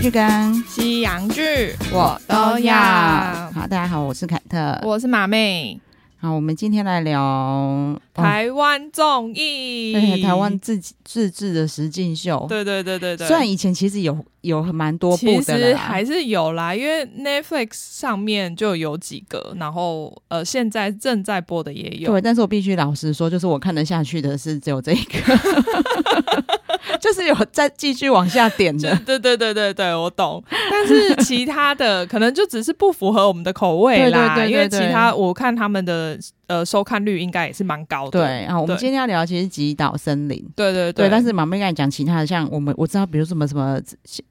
剧跟西洋剧我都要好，大家好，我是凯特。我是马妹，好，我们今天来聊、哦台湾综艺，对台湾自己自制的实境秀。对，对对对对，虽然以前其实有有蛮多部其的实啦还是有啦，因为 Netflix 上面就有几个，然后呃，现在正在播的也有。对，但是我必须老实说，就是我看得下去的是只有这一 个，就是有再继续往下点就的。对对对对对，我懂。 但是其他的可能就只是不符合我们的口味啦，对对对对因为对其他我看他们的呃收看率应该也是蛮高的。对啊，我们对今天要聊其实极岛森林。对对对，但是马妹刚才讲其他的，像我们我知道，比如什么什么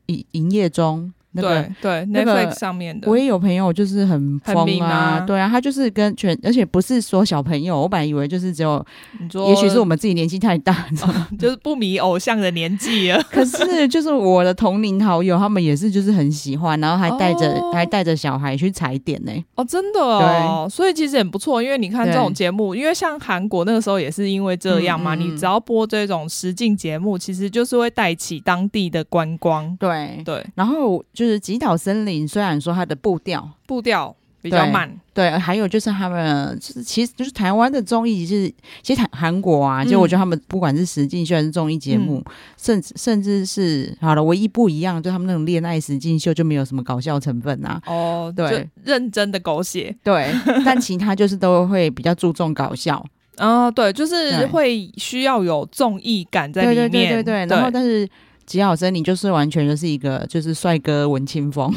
营营业中那个对对那个 Netflix 上面的我，也有朋友就是很很疯迷啊，吗对啊，他就是跟全，而且不是说小朋友，我本来以为就是只有，你说也许是我们自己年纪太大，你知道吗就是不迷偶像的年纪了。 可是就是我的同龄好友，他们也是就是很喜欢，然后还带着、哦还带着小孩去踩点呢、哦，真的哦，所以其实很不错，因为你看这种节目，因为像韩国那个时候也是因为这样嗯嘛，嗯嗯你只要播这种实境节目，其实就是会带起当地的观光。对，对，然后就是吉岛森林，虽然说它的步调。步调比较慢，对，还有就是他们，就是其实就是台湾的综艺，就是其实韩韩国啊，嗯就我觉得他们不管是实境秀还是综艺节目，甚至甚至是好了，唯一不一样就他们那种恋爱实境秀就没有什么搞笑成分啊，哦，对就认真的狗血。对，但其他就是都会比较注重搞笑，嗯、对，就是对会需要有综艺感 在对对里面。对对对，然后但是。吉好森，你就是完全就是一个就是帅哥文青风，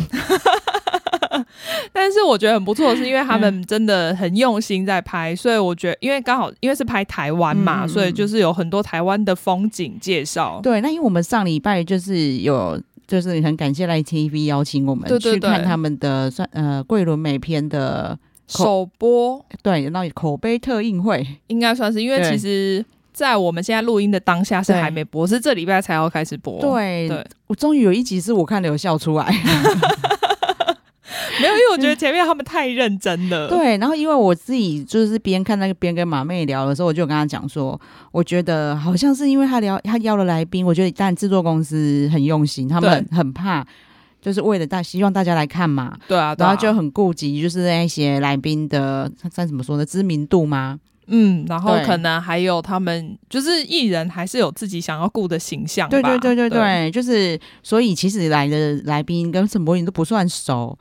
但是我觉得很不错，是因为嗯他们真的很用心在拍，所以我觉得，因为刚好因为是拍台湾嘛，嗯嗯嗯所以就是有很多台湾的风景介绍。 对。那因为我们上礼拜就是有，就是很感谢来 TV 邀请我们对对去看对他们的算呃桂纶镁篇的首播对，那口碑特映会，应该算是，因为对其实，在我们现在录音的当下是对还没播，是这礼拜才要开始播。对，对，我终于有一集是我看了有笑出来， 没有，因为我觉得前面他们太认真了。 对，然后因为我自己就是边看那个边跟马妹聊的时候，我就有跟她讲说，我觉得好像是因为她聊她邀了来宾，我觉得但制作公司很用心，他们很很怕。就是为了大希望大家来看嘛，对啊，对然啊后就很顾及就是那些来宾的，算怎么说呢，知名度吗？嗯，然后对可能还有他们就是艺人还是有自己想要顾的形象吧。对对对对对，对，就是所以其实来的来宾跟沈博云都不算熟，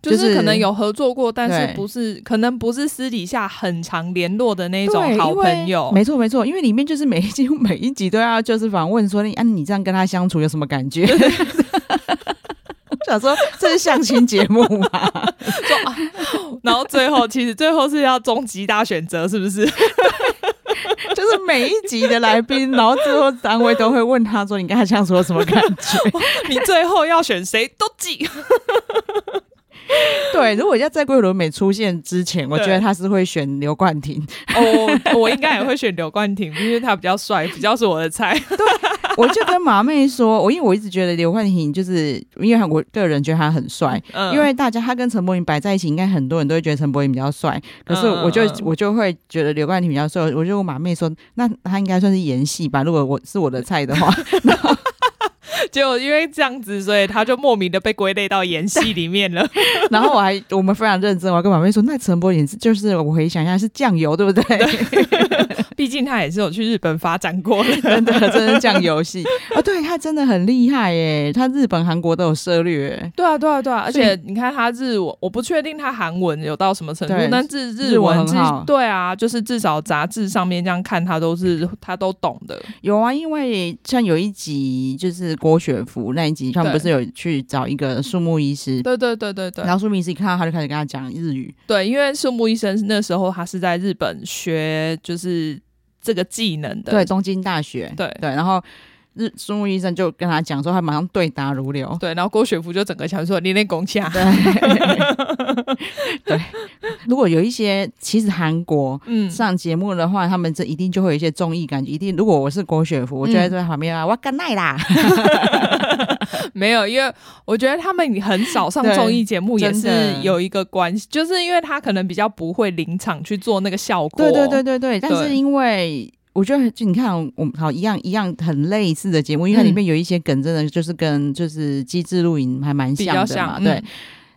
就是就是可能有合作过，但是对不是可能不是私底下很常联络的那对种好因为朋友。没错没错，因为里面就是每一集每一集都要就是访问说，你啊你这样跟他相处有什么感 觉？我想说这是相亲节目嘛？ 然后最后其实最后是要终极大选择，是不 是？就是每一集的来宾，然后最后单位都会问他说你跟他相处有什么感 觉？你最后要选谁都记。对，如果要在桂纶镁出现之前，我觉得他是会选刘冠廷。 哦，我应该也会选刘冠廷，因为他比较帅，比较是我的菜。我就跟马妹说，我因为我一直觉得刘冠廷就是因为我个人觉得他很帅，嗯，因为大家他跟陈柏霖摆在一起，应该很多人都会觉得陈柏霖比较帅。可是嗯我就、嗯嗯我就会觉得刘冠廷比较帅。我就问马妹说，那他应该算是演戏吧？如果我是我的菜的 话，结果因为这样子，所以他就莫名的被归类到演戏里面了。然后我还我们非常认真，我还跟马妹说，那陈柏霖是就是我回想一下是酱油，对不对？ 毕竟他也是有去日本发展过的。 真的真的是酱油戏啊、对他真的很厉害耶，他日本韩国都有涉略。对啊，对啊，对啊，而所以且你看他日文，我不确定他韩文有到什么程度对，但是日文文很至好对啊，就是至少杂志上面这样看，他都是他都懂的。有啊，因为像有一集就是郭雪芙那一集，他们对不是有去找一个树木医师，对对对对对然后树木医师一看到他就开始跟他讲日语，对，因为树木医生那时候他是在日本学，就是这个技能的。对，东京大学，对对，然后日孙木医生就跟他讲说，他马上对答如 流。对，然后郭雪芙就整个想说你那拱起来。对，对，如果有一些其实韩国。 嗯，上节目的话，他们这一定就会有一些综艺感觉。一定，如果我是郭雪芙，我就会在旁边啊，哇干奈 啦，没有，因为我觉得他们很少上综艺节目，对也是真的有一个关系，就是因为他可能比较不会临场去做那个效果。哦对对对对对。但对是因为我觉得就你看，我们好一样一样很类似的节目，因为它里面有一些梗，真的就是跟就是机智露营还蛮比像较嗯的像嗯嘛，对。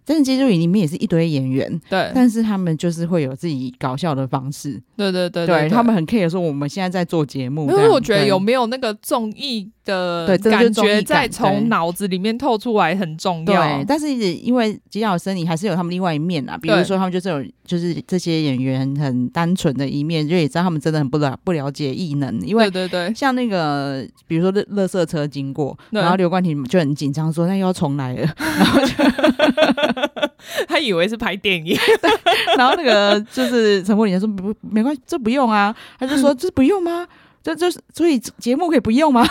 但是机智露营里面也是一堆演员，对但是他们就是会有自己搞笑的方式，对对对对他们很 care 说我们现在在做节目，因这为样我觉得对有没有那个综艺的对这个就是感综艺觉感在对从脑子里面透出来很重要对，。但是因为吉小生，你还是有他们另外一面啦。比如对说，他们就是有，就是这些演员很单纯的一面，就也知道他们真的很不了不了解艺能，因对为。对对，像那个，比如说乐乐色车经过，对然后刘冠廷就很紧张，说：“那又要重来 了。他以为是拍电影，”然后那个就是陈柏霖就说：“不，不没关系，这不用啊。”他就说：“这不用吗？这这所以节目可以不用吗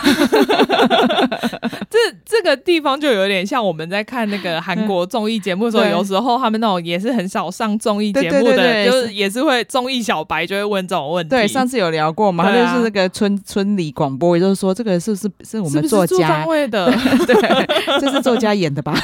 这这个地方就有点像我们在看那个韩国综艺节目的时候，嗯对有时候他们那种也是很少上综艺节对目对对的人，对就是是也是会综艺小白就会问这种问？”题。对，上次有聊过嘛，他对就啊是那个村村里广播，也就是说这个是不是是我是们不作是家 住方位的？对，这是作家演的吧？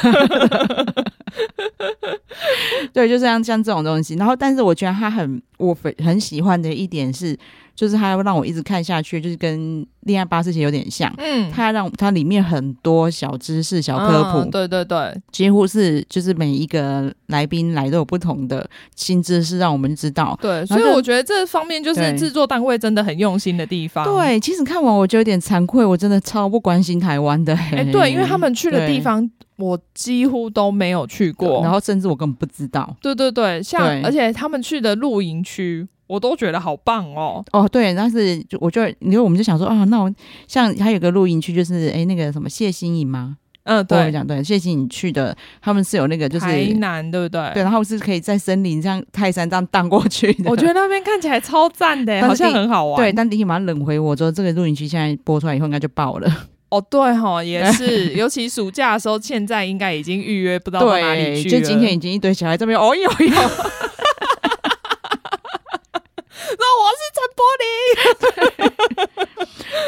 对，就像像这种东西。然后，但是我觉得他很我很很喜欢的一点是，就是他让我一直看下去，就是跟《恋爱巴士》其实有点像。嗯，他让它里面很多小知识、小科普，嗯对对对，几乎是就是每一个来宾来都有不同的新知识，让我们知道。对，所以就我觉得这方面就是对制作单位真的很用心的地方。，对，其实看完我就有点惭愧，我真的超不关心台湾的、欸。哎、对，因为他们去的对地方我几乎都没有去过，然后甚至我根本不知道。对对对，像对而且他们去的露营区，我都觉得好棒哦。哦，对，但是就我就你说我们就想说啊，那我像还有个露营区，就是哎那个什么谢欣颖吗？嗯，我们对，讲对谢欣颖去的，他们是有那个就是台南对不对？对，然后是可以在森林这样泰山这样荡过去的。我觉得那边看起来超赞的，欸但是好像第很好玩。对，，但立马冷回我说这个露营区现在播出来以后应该就爆了。哦对哈，也 是，尤其暑假的时候，现在应该已经预约不到到哪里对，去就今天已了经一堆小孩这边哦哟 哟，那我是陈柏霖，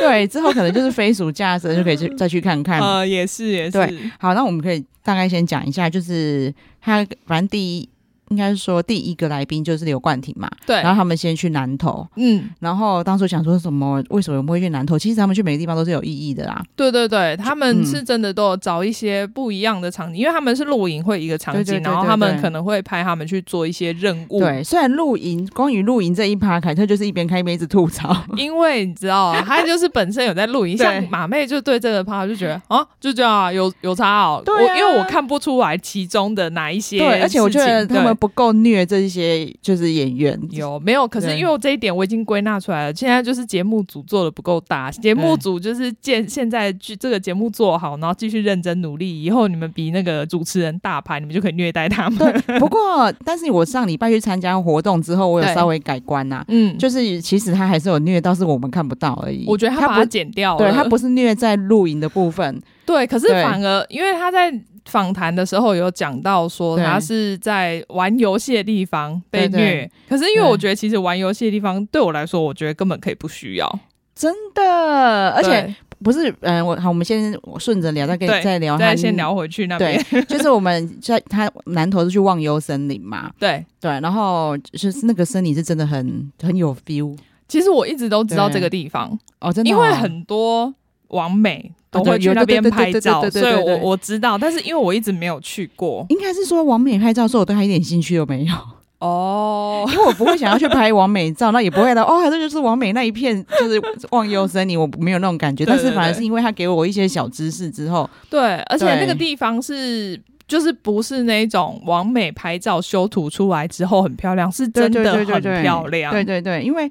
对，之后可能就是非暑假的时候就可以去再去看看。呃，也是也是对，好，那我们可以大概先讲一下，就是他反正第一应该是说第一个来宾就是刘冠廷嘛，对然，后他们先去南投，嗯，然后当初想说什么，为什么我们会去南投？其实他们去每个地方都是有意义的啦。对对对，他们嗯是真的都有找一些不一样的场景，因为他们是露营会一个场景，对对对然后对他们对可能会拍他们去做一些任务，对，虽然露营，关于露营这一趴，凯特就是一边开一边一直吐槽。因为你知道，啊他就是本身有在录 影，对像马妹就对这个趴就 觉得啊，就这样啊，有有差哦。对啊我因为我看不出来其中的哪一些事情，对，而且我觉得他们对不够虐这些就是演员。 有没有？可是对因为我这一点我已经归纳出来了，现在就是节目组做的不够大，节目组就是建现在剧这个节目做好，然后继续认真努力，以后你们比那个主持人大牌，你们就可以虐待 他们。对，不过但是我上礼拜去参加活动之后，我有对稍微改观呐、啊嗯，就就是其实他还是有虐，到是我们看不到而已。我觉得他把不它剪掉了，对他不是虐在露营的部分，对，可是对反而因为他在访谈的时候有讲到说，对他是在玩游戏的地方被虐。对对可是因为对我觉得，其实玩游戏的地方对我来说，我觉得根本可以不需要。真的，而且对不是，嗯、我好，我们先顺着聊，再跟对你再聊，再先。聊回去那边 对。，就是我们在他南头是去忘忧森林嘛，对，对，然后就是那个森林是真的很很有 feel 其实我一直都知道对这个地方，哦，真的因哦、为很多网美都啊会对去有那对边对对拍对对照，对对所以对我对我知道，但是因为我一直没有去过。应该是说王美拍照的时候，我对她一点兴趣都没有， 哦，因为我不会想要去拍王美照，那也不会了哦，这就是王美那一片就是忘忧森林，我没有那种感觉，对但对是反而对是因为他给我一些小知识之后，对，而且那个对地方是。就是不是那种完美拍照修图出来之后很漂亮，是真的对对对很对对漂亮。对对对，因为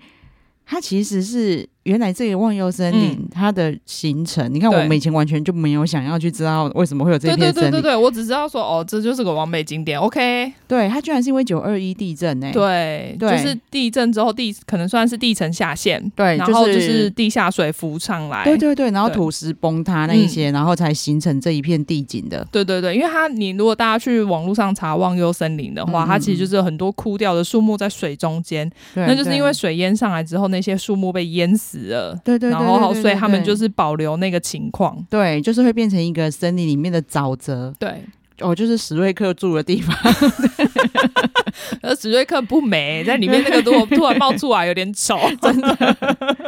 它其实是原来这个忘忧森林、嗯它的形成，你看我对们以前完全就没有想要去知道为什么会有这对片对森林，对对对，我只知道说哦，这就是个完美景点。OK，对它居然是因为九二一地震欸呢、哎对，对就是地震之后地可能算是地层下陷，对，然后就就是地下水浮上来。对对对，然后对嗯土石崩塌那一些，然后才形成这一片地景的。对对对因为它你如果大家去网络上查忘忧森林的话，嗯嗯它其实就是有很多枯掉的树木在水中间，对，那就是因为对水淹上来之后，那些树木被淹死了。对对，然后，对所以他们就。对对对是保留那个情况。对，就是会变成一个森林里面的沼泽，对，哦，就是史瑞克住的地方。 而史瑞克不美，在里面那个如果突然冒出来有点丑，真的。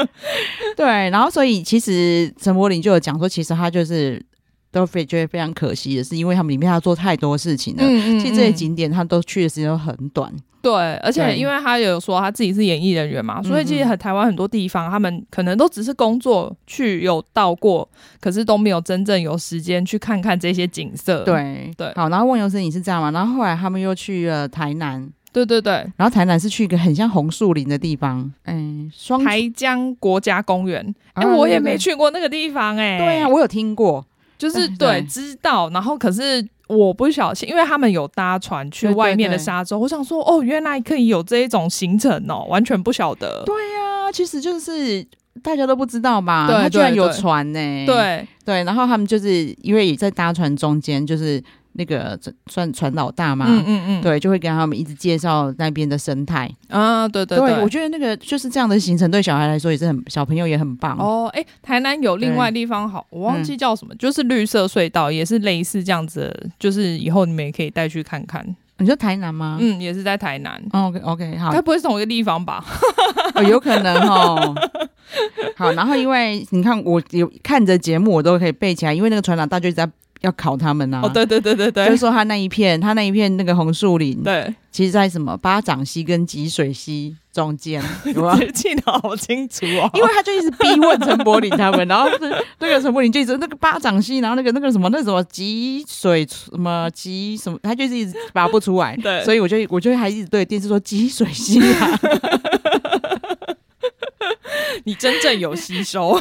对，然后所以其实陈柏霖就有讲说，其实他就是都非觉得非常可惜的是，因为他们里面要做太多事情了。嗯其实这些景点他都去的时间都很短，对，而且对嗯因为他也有说他自己是演艺人员嘛，所以其实很台湾很多地方他们可能都只是工作去有到过，可是都没有真正有时间去看看这些景色。对对好，然后梦游森林是这样嘛，然后后来他们又去了台南，对对对，然后台南是去一个很像红树林的地方，嗯，双哎台江国家公园，哎、啊我也对没对去过那个地方哎、对啊，我有听过，就是嗯对对知道，然后可是我不小心，因为他们有搭船去对对外面的对沙洲，我想说哦，原来可以有这一种行程哦，完全不晓得。对啊，其实就是大家都不知道嘛，对他居然对有对船呢、对对，然后他们就是因为也在搭船中间，就是那个船算船老大嘛，嗯嗯嗯，对，就会跟他们一直介绍那边的生态。啊，对对我觉得那个就是这样的行程对小孩来说也是很，小朋友也很棒。哦，哎、台南有另外地方好，我忘记叫什么，就是绿色隧道，也是类似这样子的，就是以后你们也可以带去看看。你说台南吗？嗯，也是在台南， o k OK，好该，不会是同一个地方吧？哦、有可能哦。好，然后因为你看我有看着节目，我都可以背起来，因为那个船长大就一直在要考他们啊。哦，。对对对就对是对说他那一片，他那一片那个红树林，对，其实在什么巴掌溪跟吉水溪中 间，有吗？记得好清楚哦。，因为他就一直逼问陈柏霖他们，然后是那个陈柏霖就一直那个巴掌戏，然后那个那个什么那什么吉水什么吉什么，他就是一直拔不出来 对所以我就我就还一直对电视说吉水溪 啊，你真正有吸收，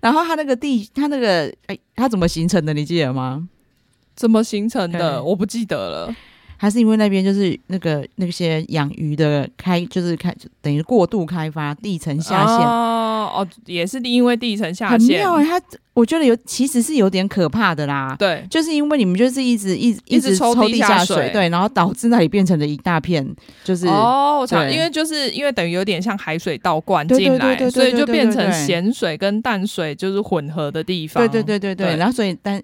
然后他那个地他那个哎他怎么形成的你记得吗？ 怎么形成对的？我不记得了。还是因为那边就是那个那些养鱼的开就是开等于过度开发地层下陷。哦哦，也是因为地层下很陷妙，哎、他我觉得有其实是有点可怕的啦。对就是因为你们就是一直一直一直抽抽地地下水水，对，然后导致那里变成了一大片，就是、哦，我想，对因为就是因为等于有点像海水倒灌对对进对来，对对所以对就对变成对对咸水跟淡水就是混合的地方。对对对对对，对然后所以但。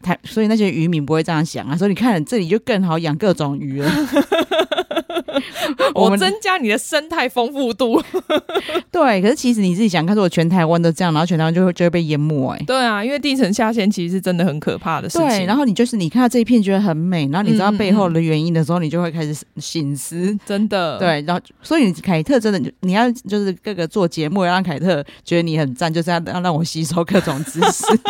他所以那些渔民不会这样想啊，所以你看这里就更好养各种鱼 了。我们增加你的生态丰 富度。对，可是其实你自己想，看，如果全台湾都这样，然后全台湾就会就会被淹没哎、对啊，因为地层下陷其实是真的很可怕的事情。对，然后你就是你看到这一片觉得很美，然后你知道嗯嗯呃背后的原因的时候，你就会开始醒思。真的，对，然后所以凯特真的你你要就是各个做节目，要让凯特觉得你很赞，就是要要让我吸收各种知识。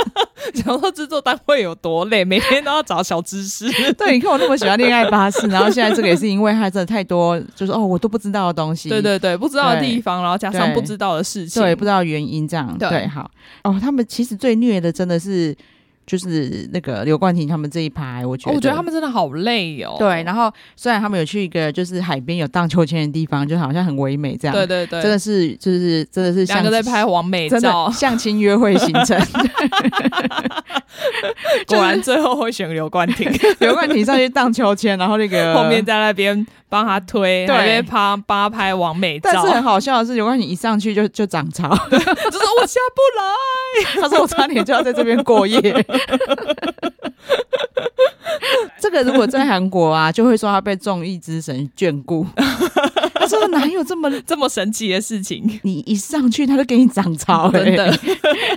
想说制作单位有多累，每天都要找小知识。 对，你看我那么喜欢恋爱巴士，然后现在这个也是因为他真的太多，就是哦，我都不知道的东西，对对对，不知道的对地方，然后加上对不知道的事情。对，不知道原因这样，对对，好哦，他们其实最虐的真的是就是那个刘冠廷他们这一排，我觉哦得，我觉得他。们真的好累哦。对，然后虽然他们有去一个就是海边有荡秋千的地方，就好像很唯美这样，对对对，啊真的是就是真的是像两个在拍完美真照 的，相亲约会行程， 果然最后会选刘冠 廷，刘冠廷上去荡秋千，然后那个后面在那边帮他推，对那边帮帮他拍完美但照，是很好笑的是，刘冠廷一上去就就涨潮， 就是我下不来， 他说我差点就要在这边过 夜。这个如果在韩国啊，就会说他被众议之神眷 顾。他说哪有这么？这么神奇的事 情，你一上去他就给你涨潮、欸，真的，。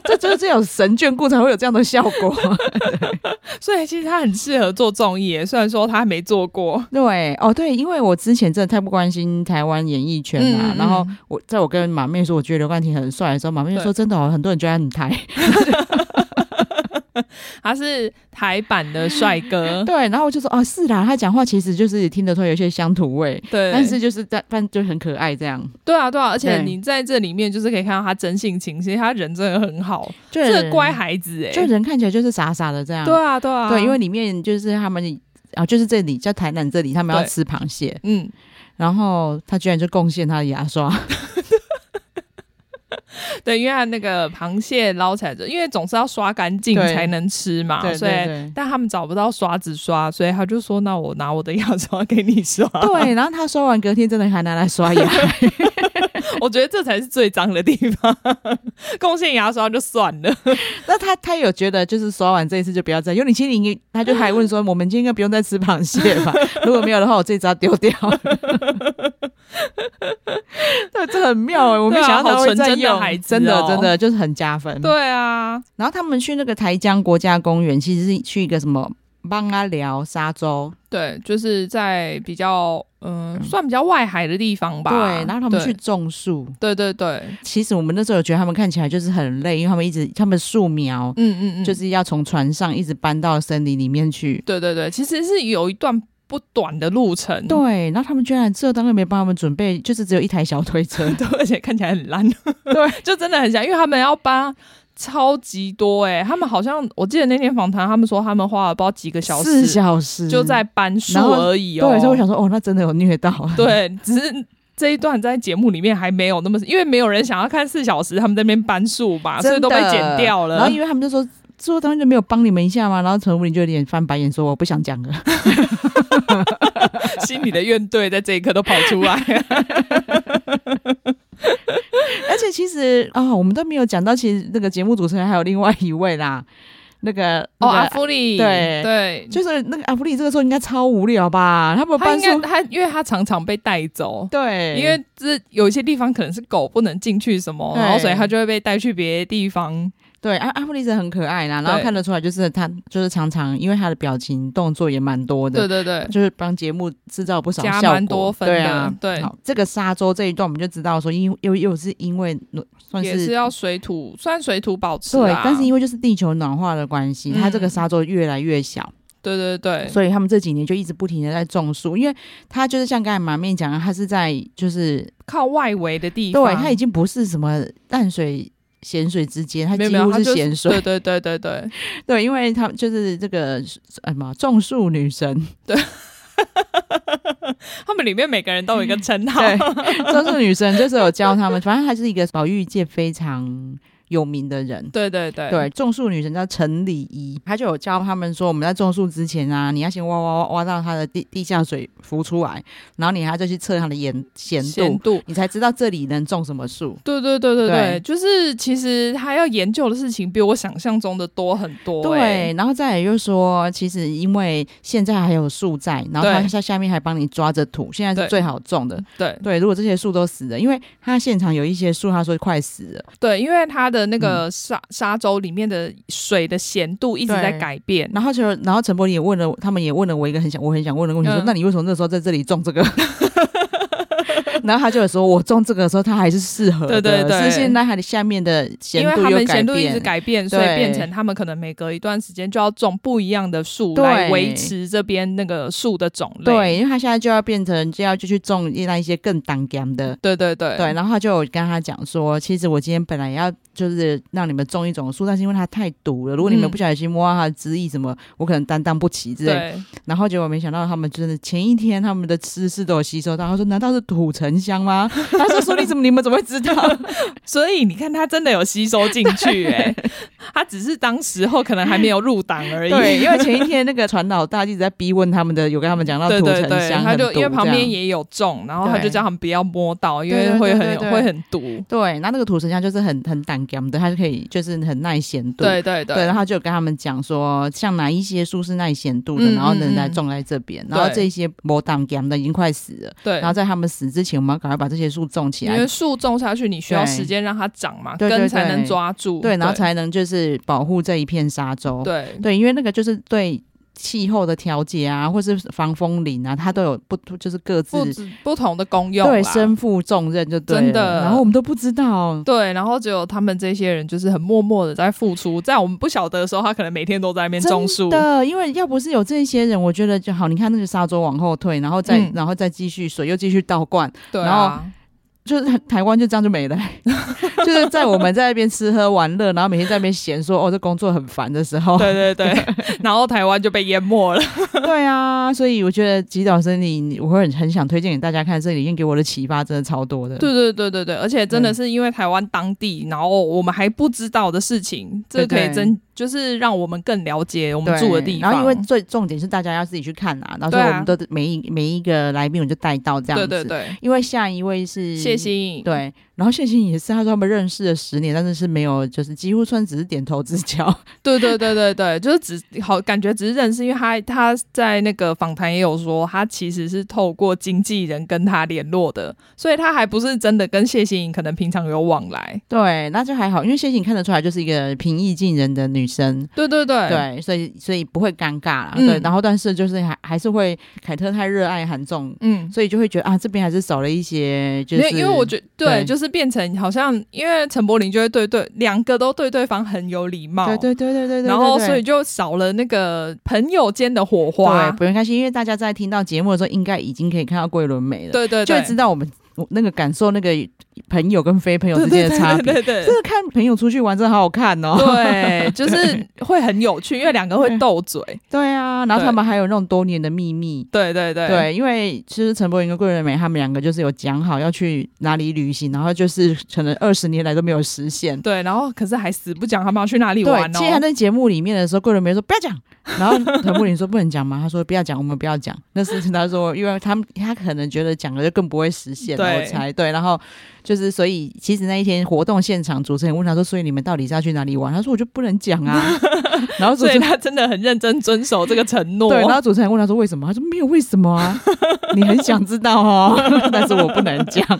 这就是只有神眷顾才会有这样的效果。 所以其实他很适合做综艺耶，虽然说他还没做过。对，哦对，因为我之前真的太不关心台湾演艺圈啦、嗯嗯然后我在我跟马妹说我觉得刘冠廷很帅的时候，马妹就说真的哦，很多人觉得他很台， 他是台版的帅 哥，对，然后我就说哦是啦，他讲话其实就是听得出来有一些乡土味，对，但是就是但但就很可爱这样，对啊，对啊，而且对你在这里面就是可以看到他真性情，其实他人真的很好，就是个乖孩子哎、就人看起来就是傻傻的这样，对啊，对啊，对因为里面就是他们啊，就是这里在台南这里，他们要对吃螃蟹，嗯，然后他居然就贡献他的牙 刷，对，因为它那个螃蟹捞起来的，因为总是要刷干净对才能吃嘛，对所以对对但他们找不到刷子刷，所以他就说：“那我拿我的牙刷给 你刷。”，对，然后他刷完隔天真的还拿来刷牙， 我觉得这才是最脏的地 方。贡献牙刷就算了，那他他有觉得就是刷完这一次就不要再，因为你心里应该他就还问说，我们今天应该不用再吃螃 蟹吧？如果没有的话，我这一只要丢掉。对，这的很妙哎、我没对啊想到他好会纯再真的用孩子真的哦真的就是很加分。对啊，然后他们去那个台江国家公园，其实是去一个什么邦阿寮沙洲，对，就是在比较嗯、嗯算比较外海的地方吧。对，然后他们对去，种树。对对对，其实我们那时候有觉得他们看起来就是很累，因为他们一直他们树苗嗯嗯嗯，就是要从船上一直搬到森林里面去。对对对，其实是有一段不短的路程，对，然后他们居然这当然没帮他们准备，就是只有一台小推车。对，而且看起来 很烂，对， 就真的很像，因为他们要搬超级多哎、他们好像我记得那天访谈，他们说他们花了不知道几个 小四时，小时就在搬树然后而已哦、对，所以我想说，哦，那真的有虐到。 对，只是。这一段在节目里面还没有那么，因为没有人想要看四小时他们在那边搬树吧，真的啊所以都被剪掉了。然后因为他们就说。做当然就没有帮你们一下嘛，然后陈武林就有点翻白眼说我不想讲了。 心里的怨怼在这一刻都跑出来。 而且其实啊、我们都没有讲到，其实那个节目主持人还有另外一位啦，那个那哦，个阿芙丽，对对，就是那个阿弗利这个时候应该超无聊吧？他们他搬应出该他，因为他常常被带走，对，因为这有一些地方可能是狗不能进去什么，对然后所以它就会被带去别的地方。对阿阿弗利是很可爱啦，然后对看得出来就是他就是常常因为他的表情动作也蛮多的，对对对，就是帮节目制造不少加效果蛮多分的对啊，对好，这个沙洲这一段我们就知道说因，又又是因为算也是是要水土，算水土保持对啦。，但是因为就是地球暖化的关系，嗯它这个沙洲越来越小，对对对所以他们这几年就一直不停的在种树，因为它就是像刚才马面讲的，它是在就是靠外围的地方，对，它已经不是什么淡水。咸水之间，它没有几没有，乎它是就咸 水。对对对对对，对，因为它就是这个呃什么种树女神， 他们里面每个人都有一个称号。 对，种树女神就是有教他们，反正她是一个保育界非常有名的人。对对对对，种树女神叫陈礼仪，她就有教他们说，我们在种树之前啊，你要先挖挖挖挖到它的地地下水浮出来，然后你还要再去测它的盐咸咸度，度。你才知道这里能种什么树。对对对对对对，就是其实他要研究的事情比我想象中的多很多、欸。对，然后再也就是说，其实因为现在还有树在，然后它对在下面还帮你抓着土，现在对是最好种的。对对，如果这些树都死了，因为它现场有一些树，他说快死了，对，因为它的那个嗯沙、沙洲里面的水的咸度一直在对改变，然后就然后陈柏霖也问了，他们也问了我一个很想我很想问的问题，说嗯那你为什么那时候在这里种这个？ 然后他就有说，我种这个的时候，它还是适合的，对对对是现在它的下面的咸因为度他有们改咸度一直变，改变，所以对变成他们可能每隔一段时间就要种不一样的树对来维持这边那个树的种类。对，因为它现在就要变成就要就去种那一些更当干的。对对对对，然后他就有跟他讲说，其实我今天本来要就是让你们种一种树，但是因为它太毒了，如果你们嗯不小心摸到它的枝叶什么，我可能担当不起之类的。对然后结果没想到他们真的前一天他们的知识都有吸收到。他说：“难道是土沉香吗？”他说：“说你怎么你们怎么会知道 所以你看，他真的有吸收进 去、欸，哎，他只是当时候可能还没有入党？”而已。对，因 为前一天那个船老大一直在逼问他们的，有跟他们讲到对土对沉对，香他很毒就因为旁这样边也有种，然后他就对叫他们不要摸到，因为对对会对很有对对会很毒。对，那那个土沉香就是很很胆敢的，它就可以就是很耐咸度。对对对，对，然后他就有跟他们讲说，像哪一些树是耐咸度的，嗯然后能嗯来嗯种在这边，然后对这些没胆敢的已经快死了，对然后在他们死之前，我们要赶快把这些树种起因来，为树种下去，你需要对时间让它长嘛，对对根才能对抓住。对，然后才能就是保护这一片沙洲。对对，因为那个就是对气候的调节啊，或是防风林啊，它都有不就是各自不止不同的功用啦对身负重任就对了真的然后我们都不知道。对，然后只有他们这些人就是很默默的在付 出，在我们不晓得的时候，他可能每天都在那边种树。的，因为要不是有这些人，我觉得就好。你看那个沙洲往后退，然后再、嗯然后再继续水又继续倒灌，对然啊后，就是 台湾就这样就没了、就是在我们在那边吃喝玩乐，然后每天在那边闲说哦这工作很烦的时候，对对 对，然后台湾就被淹没了。 对啊，所以我觉得《吉岛森林》我会很很想推荐给大家看，这里面给我的启发真的超多的。 对对对对对，而且真的是因为台湾当地，然后我们还不知道的事情，这对可对以真就是让我们更了解我们对，住的地方。然后因为最重点是大家要自己去看啊，然后所以对啊我们都每一每一个来宾我就带到这样对子。对对，因为下一位是谢。欣，对，然后谢欣也是，他说他们认识了十年，但是是没有，就是几乎算只是点头之交。 对对对对对，就是只好感觉只是认识，因为他他在那个访谈也有说，他其实是透过经纪人跟他联络的，所以他还不是真的跟谢欣颖可能平常有往来。对，那就还好，因为谢欣颖看得出来就是一个平易近人的女生，对对对对，所以所以不会尴尬啦。嗯对，然后但是就是还还是会，凯特太热爱韩综，嗯。所以就会觉得啊，这边还是少了一些，就因为是因为我觉对，对就是变成好像，因为陈柏霖就会对对两个都对对方很有礼貌，对对对对对对对，然后对所以就少了那个朋友间的火花对，不用开心，因为大家在听到节目的时候，应该已经可以看到桂纶镁了，对对就对，会知道我们我那个感受那个朋友跟非朋友之间的差别。对对对对真的看朋友出去玩，真的好好看哦。对，就是会很有趣，因为两个会斗嘴。对啊，然后对他们还有那种多年的秘密。对对对对，因为其实陈柏霖跟桂纶镁他们两个就是有讲好要去哪里旅行，然后就是可能二十年来都没有实现。对然后可是还死不讲他们要去哪里对，玩其实他哦。在节目里面的时候，桂纶镁说不要讲，然后陈柏霖说不能讲嘛，他说不要讲，我们不要讲。那是他说，因为他们他可能觉得讲了就更不会实现了，对我猜对。然后就是所以，其实那一天活动现场，主持人问他说，所以你们到底是要去哪里玩？他说我就不能讲啊。 然后主所持以人他真的很认真遵守这个承诺。对，然后主持人问他说为什么？他说没有为什么啊，你很想知道哦， 但是我不能讲。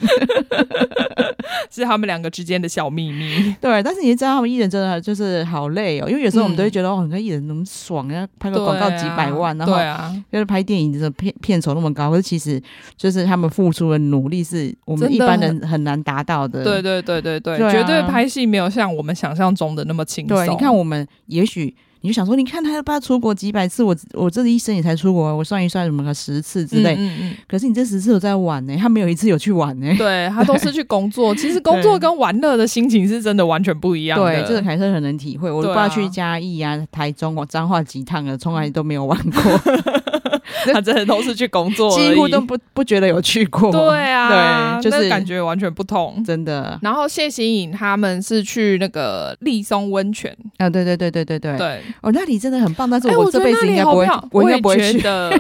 是他们两个之间的小秘密。对，但是你知道他们艺人真的就是好累哦，因为有时候我们嗯都会觉得、哦，你看艺人那么爽，要拍个广告对啊几百万，然后对啊，就是拍电影的片片酬那么高，可是其实就是他们付出的努力是我们真一的般很人很难达到的。对对对对对，嗯对啊绝对拍戏没有像我们想象中的那么轻松。对，你看我们也许。你就想说，你看他爸出国几百次，我我这一生也才出国，我算一算什么个十次之类。嗯嗯嗯可是你这十次有在玩呢、他没有一次有去玩呢、对他都是去工 作，其实工作跟玩乐的心情是真的完全不一样的。对，这个凯特很能体会。我对啊爸去嘉义啊、台中、我彰化几趟了，从来都没有玩过， 他真的都是去工作而已，几乎都不不觉得有去过。对啊，对，就那是个感觉完全不同。真的然后谢欣颖他们是去那个立松温泉，啊，对对对对对对。对，哦，那里真的很棒，但是哎我觉这得辈那子应里该好不会，漂亮我应该不我会也觉去。 得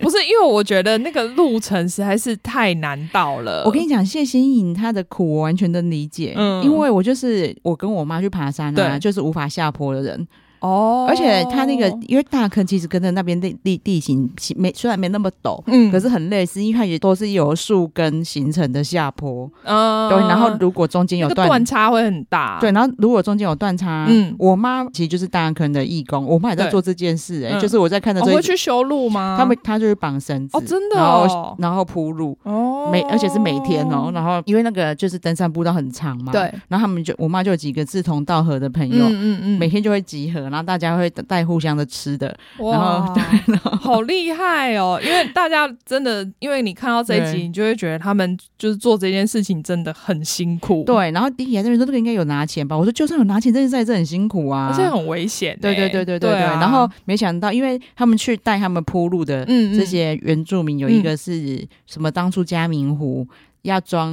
不是因为我觉得那个路程实在是太难到了。我跟你讲，谢欣颖她的苦我完全能理解，嗯因为我就是我跟我妈去爬山啊，对就是无法下坡的人，哦而且她那个因为大坑其实跟着那边地地地形其没虽然没那么陡，嗯可是很类似，因为它也都是由树根形成的下坡，嗯对，然后如果中间有那个断。断差会很大。对，然后如果中间有断差，啊嗯我妈其实就是大坑的义工，我妈也在对做这件事、哎、嗯就是我在看的哦，时候会一直，去修路吗？他们他就是绑绳子，哦，真的然后哦，然后铺路，哦，每而且是每天哦，，然后因为那个就是登山步道很长嘛，对，然后他们就我妈就有几个志同道合的朋嗯友，嗯嗯，每天就会集合，然后大家会带互相的吃的，哇，然后 好厉害哦！因为大家真的，因为你看到这一集，对你就会觉得他们就是做这件事情真的很辛苦，，对，啊然后弟弟还在那边说这个应该有拿钱吧，我说就算有拿钱，这件事还是很辛苦啊，而且很危险欸、对对对对对对，啊然后没想到，因为他们去带他们铺路的嗯嗯这些原住民，有一个是什么？当初嘉明湖要装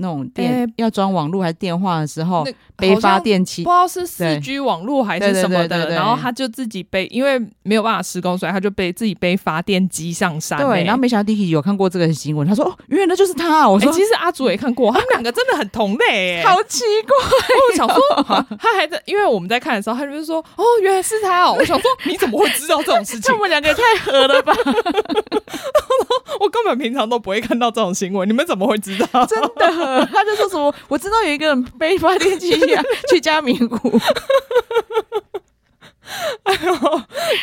那种电，哎要装网络还是电话的时候那，被好发像电器不知道是四对 G 网络还是什对对么对对的，对然后他就自己背，因为没有办法施工，所以他就被自己背发电机上山欸、对，然后没想到 d i k 有看过这个新闻，他说：“哦，原来那就是他啊。”我哎、说：“其实阿祖也看 过，他们两个真的很同类、 欸， 好奇怪，我想说， 啊他还在，因为我们在看的时候，他就是说，哦，原来是 他哦。我想说，你怎么会知道这种 事情？们两个也太合了吧？我根本平常都不会看到这种新闻，你们怎么会知 道？真的。” 他就说什么：“我知道有一个人背发电器啊去嘉明湖。”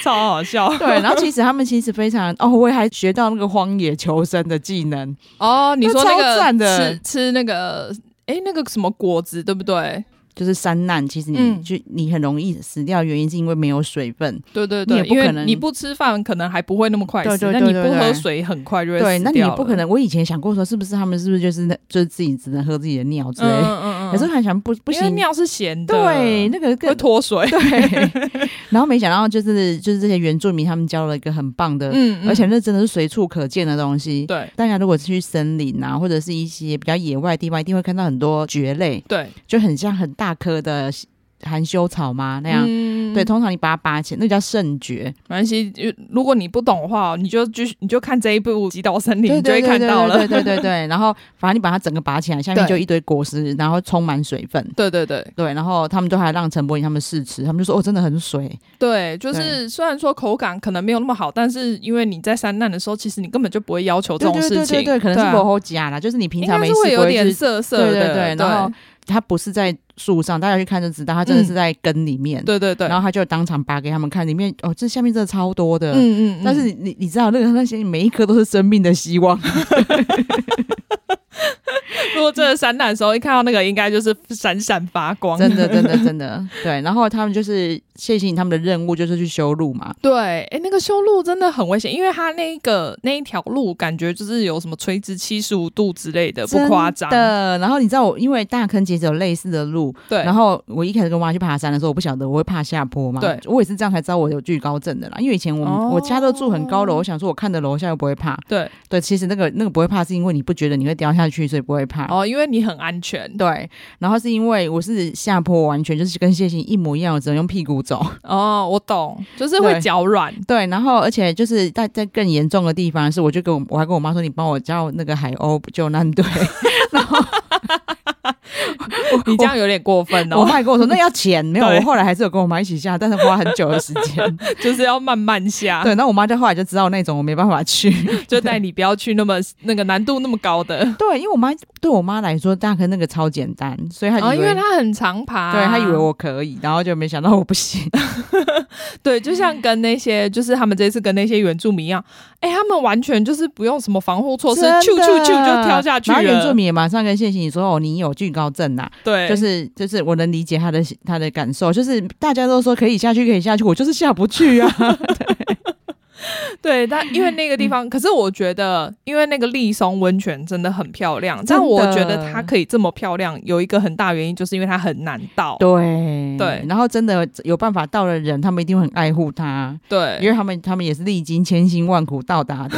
超好笑 对，然后其实他们其实非常哦，我也还学到那个荒野求生的技能。 哦！你说那那超赞个的吃吃那个，哎，那个什么果子，对不对？就是山难，其实你、嗯就你很容易死掉，原因是因为没有水分。对对你对，也不因为可能你不吃饭可能还不会那么快对死，对那对你对不对喝水很快就会对，死那你也掉不了嗯可。能。我以前想过说，是不是他们是不是就是那就是自己只能喝自己的尿之类嗯的？嗯嗯，可是还想不不因为行，尿是咸的，对，，那个会更脱水。对。 然后没想到就是就是这些原住民他们教了一个很棒的， 嗯嗯而且那真的是随处可见的东西。对大家如果去森林啊，或者是一些比较野外的地方，一定会看到很多蕨类，对就很像很大棵的含羞草吗那样。嗯对，通常你把它拔起来，那叫圣觉。没关系，如果你不懂的话，你就继续，你就看这一部《极岛森林》，你就会看到了。对对对对，然后反正你把它整个拔起来，下面对就一堆果实，然后充满水分。 对对对对，然后他们都还让陈柏霖他们试吃，他们就说哦，真的很水。对，就是虽然说口感可能没有那么好，但是因为你在山难的时候，其实你根本就不会要求这对对种事对情，对对，可能啊是薄荷加啦，就是你平应常没该是试会有过点就是涩涩对的，对对，然后它不是在树上，大家去看就知道，它真的是在根里面。嗯对对对，然后他就当场拔给他们看，里面哦，这下面真的超多的。嗯嗯，但是你你你知道那个那些每一颗都是生命的希 望，如果真的散打的时候，一看到那个，应该就是闪闪发光。真的真的真的对。然后他们就是谢谢你，他们的任务就是去修路嘛， 对，哎、那个修路真的很危险，因为它那个那一条路感觉就是有什么垂直七十五度之类的，不夸张。真的。然后你知道我因为大坑其实有类似的路，对，然后我一开始跟我妈去爬山的时候，我不晓得我会怕下坡嘛，对我也是这样才知道我有惧高症的啦。因为以前我们、哦我家都住很高楼，我想说我看的楼下又不会怕，对，对，其实那个那个不会怕是因为你不觉得你会掉下去，所以不会怕。哦，因为你很安全对，然后是因为我是下坡，完全就是跟谢欣一模一样，我只能用屁股走。 哦，我懂，就是会对 脚软。对，然后而且就是在在更严重的地方是，我就跟我我还跟我妈说，你帮我叫那个海鸥救难队。你这样有点过分我哦，妈还跟我说那要钱，没有，对我后来还是有跟我妈一起下，但是花很久的时 间。 就是要慢慢下，对，那我妈就后来就知道那种我没办法 去。就带你不要去那么那个难度那么高的。对，因为我妈对我妈来说，大坑那个超简单，所以她以哦，为,、因为他很常爬，对她以为我可以，然后就没想到我不 行。对，就像跟那些就是他们这次跟那些原住民一样，哎、他们完全就是不用什么防护措施，真的咻咻咻就跳下去然了。后原住民也马上跟谢欣怡说：“哦，你有惧高症呐、啊对，就是就是我能理解他的他的感受，就是大家都说可以下去，可以下去，我就是下不去啊。对，但因为那个嗯地方，可是我觉得，因为那个立松温泉真的很漂亮，真但的我觉得它可以这么漂亮，有一个很大原因就是因为它很难到。 对 对然后真的有办法到的人，他们一定会很爱护他，因对，为他们他们也是历经千辛万苦到达的。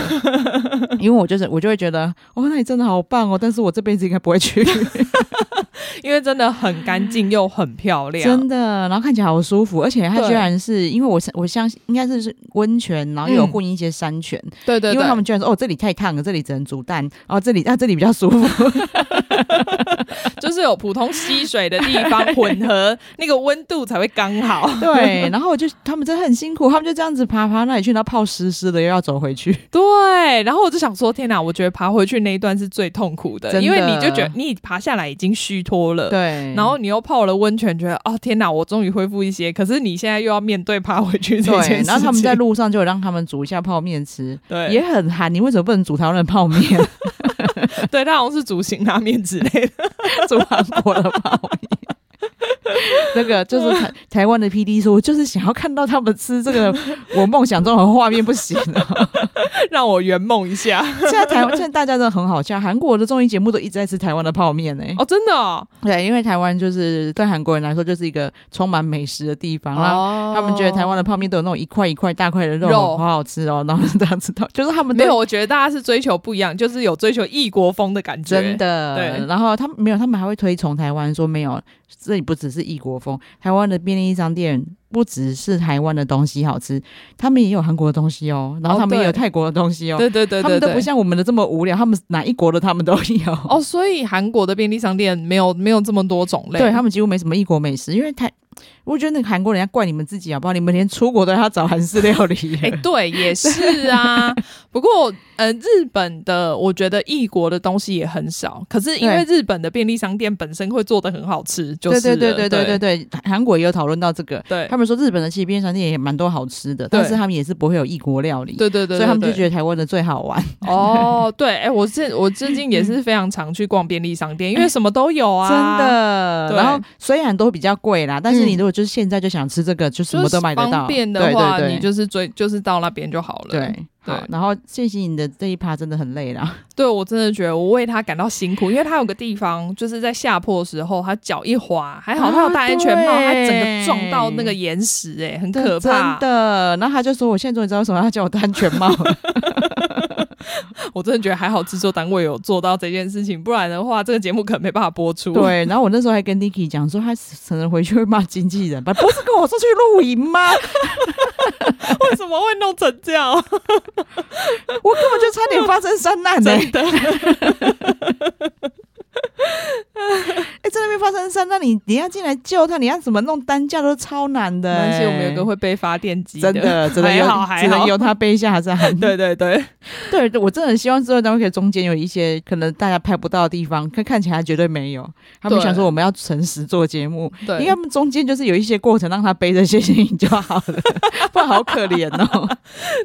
因为我就是我就会觉得，哦，那里真的好棒哦，但是我这辈子应该不会 去，因为真的很干净又很漂亮。真的。然后看起来好舒服，而且它对居然是因为我我相信应该是是温泉，然后又有嗯混一些山泉，对对因对为，他们居然说哦，这里太烫了，这里只能煮蛋，然后这里啊 这里比较舒 服。就是有普通溪水的地方混合，那个温度才会刚好。对，然后我就他们真的很辛苦，他们就这样子爬爬那里去，然后泡湿湿的，又要走回 去。对，然后我就想说，天哪！我觉得爬回去那一段是最痛苦的，真的因为你就觉得你爬下来已经虚脱了。对然后你又泡了温泉，觉得哦天哪，我终于恢复一些。可是你现在又要面对爬回去这件事对，情。然后他们在路上就有让他们煮一下泡面吃，对也很寒。你为什么不能煮台湾的泡面？对，他好像是煮辛拉面之类的。煮韩国的泡面？那个就是 台台湾的 P D 说，我就是想要看到他们吃这个我梦想中的画面，不行 了。让我圆梦一下现在台湾现在大家真的很好笑，韩国的综艺节目都一直在吃台湾的泡面欸呢、哦，真 的哦，对，因为台湾就是对韩国人来说就是一个充满美食的地方，然后哦他们觉得台湾的泡面都有那种一块一块大块哦的肉，肉好好吃哦。然后这样子到，就是他们没都有，我觉得大家是追求不一样，就是有追求异国风的感觉。真的对。然后他们没有，他们还会推崇台湾，说没有，这里不只是异国风，台湾的便利商店不只是台湾的东西好吃，他们也有韩国的东西哦，然后哦他们也有对泰国的东西哦。对对对他对们都对不。像我们的这么无聊，他们哪一国的他们都有。哦，所以韩国的便利商店没有没有这么多种 类。对他们几乎没什么异国美食，因为台，我觉得那个韩国人要怪你们自己好不好？你们连出国都要找韩式料理耶。哎、对，也是啊。不过，呃，日本的我觉得异国的东西也很少，可是因为日本的便利商店本身会做的很好吃，就是对对了对对对对对，韩国也有讨论到这个，对他们说日本的其实便利商店也蛮多好吃的，但是他们也是不会有异国料理，对对对，所以他们就觉得得台湾的最好玩，哦，对，哎、我最我最近也是非常常去逛便利商店，因为什么都有嗯哎啊，真。的。对嗯然后虽然都比较贵啦，但是你如果就是现在就想吃这个，就什就么是都买得到，方便的话，对对对你就是追，就是到那边就好了。对。好对，然后谢谢你的这一趴真的很累啦，对我真的觉得我为他感到辛苦，因为他有个地方就是在下坡的时候，他脚一滑，还好他有戴安全帽，啊他整对个撞到那个岩石、哎，很 可怕真。的。然后他就说，我现在终于知道为什么他叫我戴安全帽了， 我真的觉得还好制作单位有做到这件事情，不然的话这个节目可能没办法播 出。对，然后我那时候还跟 Dicky 讲说，他可能回去会骂经纪人吧？不是跟我说去露营吗？ 为什么会弄成这样？我根本就差点发生山难呢、真的，哎、在那边发生山难，你你要进来救他，你要怎么弄担架都超难的、没欸。关系，我们有个会背发电机真的，只能由还好还只能好。由他背一下，还是很 对对对，对，我真的很希望制作单位可以中间有一些可能大家拍不到的地方，看看起来绝对没有。他们对想说我们要诚实做节目，对，因为他们中间就是有一些过程让他背着谢谢你就好 了，不然好可怜哦。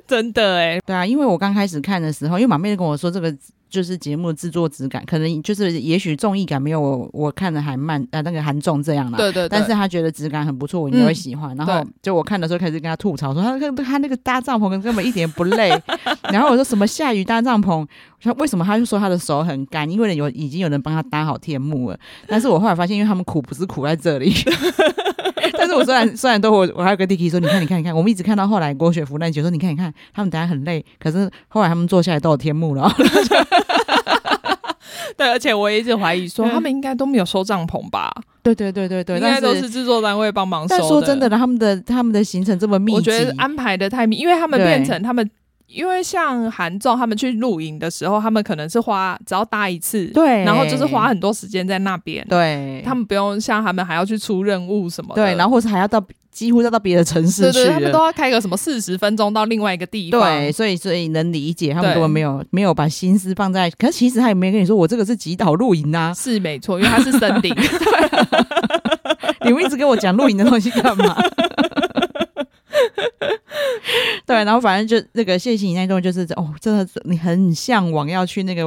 真的哎、对啊，因为我刚开始看的时候，因为马妹跟我说这个。就是节目的制作质感，可能就是也许综艺感没有我我看的还慢啊、那个韩综这样啦。对对对，但是他觉得质感很不错，我应该会嗯喜欢。然后就我看的时候开始跟他吐槽说，他那个他那个搭帐篷根本一点不累。 然后我说什么下雨搭帐篷，我说为什么他就说他的手很干，因为有已经有人帮他搭好天幕了。但是我后来发现，因为他们苦不是苦在这里。 但是我虽然虽然都我我还有跟 Dicky 说，你看你看你看，我们一直看到后来郭雪芙那一集我说，你看你看，他们等下很累，可是后来他们坐下来都有天幕了。对，而且我也一直怀疑说嗯他们应该都没有收帐篷吧？对对对对对，应该但都是制作单位帮忙收但说真的，他们的他们的行程这么密集，我觉得啊安排的太密，因为他们对变成他们，因为像韩综他们去露营的时候，他们可能是花只要搭一次，，对，然后就是花很多时间在那边，对他们不用像他们还要去出任务什么的，对，然后后或是还要到几乎要到别的城市对去对，他们都了要开个什么四十分钟到另外一个地方，对，所以所以能理解他们对根本没有没有把心思放在，可是其实他也没跟你说我这个是极岛露营 啊，是没错，因为它是森 林，你们一直跟我讲露营的东西干嘛？ 对，然后反正就那个谢欣怡那段就是哦，真的是你很向往要去那个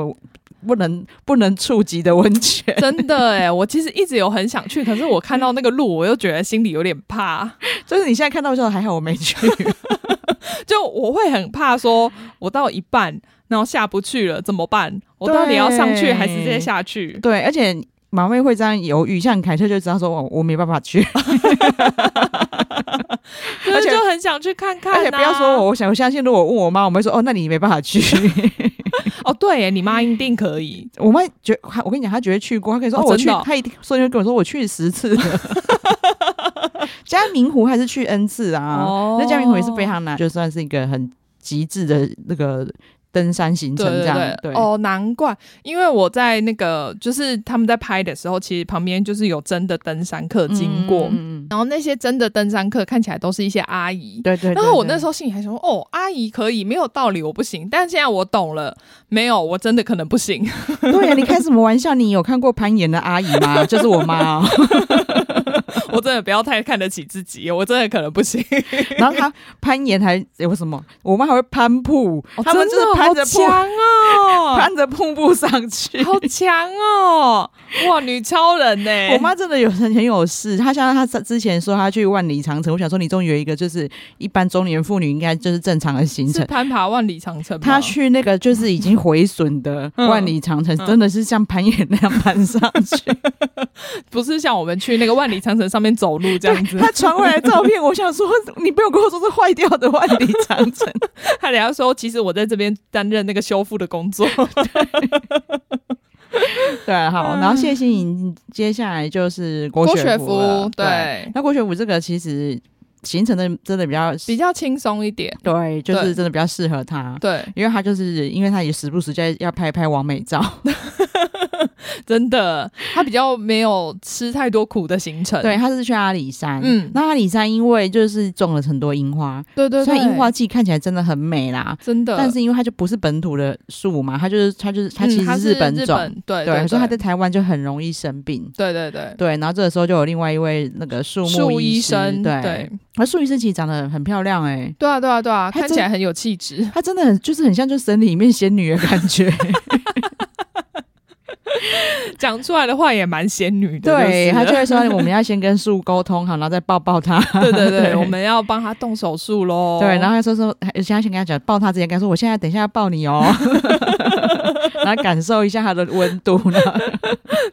不能不能触及的温泉， 真的哎，我其实一直有很想去，可是我看到那个路，我又觉得心里有点怕。就是你现在看到就还好我没去， 就我会很怕说，我到一半然后下不去了怎么办？我到底要上去对还是直接下去？对，而且马妹会这样犹豫，像凯特就知道说哦我我没办法去，就是 而且就很想去看看、啊，而且不要说我，我想我相信，如果我问我妈，我妈会说哦，那你没办法 去。哦，对耶，你妈一定可以。我妈觉她我跟你讲，她绝对去过，她可以说哦哦，我真去的哦，她一定说就跟我说我去十 次了。嘉明湖还是去 N 次啊，哦那嘉明湖也是非常难，就算是一个很极致的那个登山行对程这对样。对哦，难怪，因为我在那个就是他们在拍的时候，其实旁边就是有真的登山客经过，嗯嗯嗯然后那些真的登山客看起来都是一些阿姨。对对。然后我对那时候心里还想说，哦，阿姨可以，没有道理我不行。但现在我懂了，没有，我真的可能 不行。对对呀、啊你开什么玩笑？你有看过攀岩的阿姨 吗？就是我妈、哦。我真的不要太看得起自己，我真的可能不行。然后她攀岩还有什么？我妈还会攀瀑，他们就哦真的是好攀着瀑强 哦，攀着瀑布上去。 好强哦！哇，女超人呢、我妈真的有很很有事，她像她之前说她去万里长城，我想说你终于有一个就是一般中年妇女应该就是正常的行是程。攀爬万里长城吗， 她去那个就是已经毁损的嗯万里长城，嗯真的是像攀岩那样攀上去。不是像我们去那个万里长城上面走路 这样子， 她传回来照片，我想说你不用跟我说是坏掉的万里长 城，他等下说，其实我在这边担任那个修复的工 作。对，好。嗯然后谢欣颖接下来就是郭郭雪雪芙了芙，对，那郭雪芙这个其实行程的真的比较比较轻松一点，对，就对是真的比较适合她。对，因为他就是因为他也时不时在要拍拍完美照，真的，他比较没有吃太多苦的行程，对，他是去阿里山，嗯那阿里山因为就是种了很多樱花，对对所对，以樱花季看起来真的很美啦。真的，但是因为它就不是本土的树嘛，它就是它就是它嗯其实它日本日种，本对对，所以它他在台湾就很容易生病。对对对。对，然后这个时候就有另外一位那个树木树医师生，对，对而树医生其实长得很漂亮哎、欸，对啊，对啊，对啊，他看真起来很有气质。她真的很就是很像就神里面仙女的感觉， 讲出来的话也蛮仙女的，对，他她就 会说我们要先跟树沟通好，然后再抱抱它，对对对，对我们要帮他动手术喽。哎对，然后他说说，而且他先跟他讲抱他之前，跟他说我现在等一下要抱你哦，哦 然后感受一下它的温度 呢。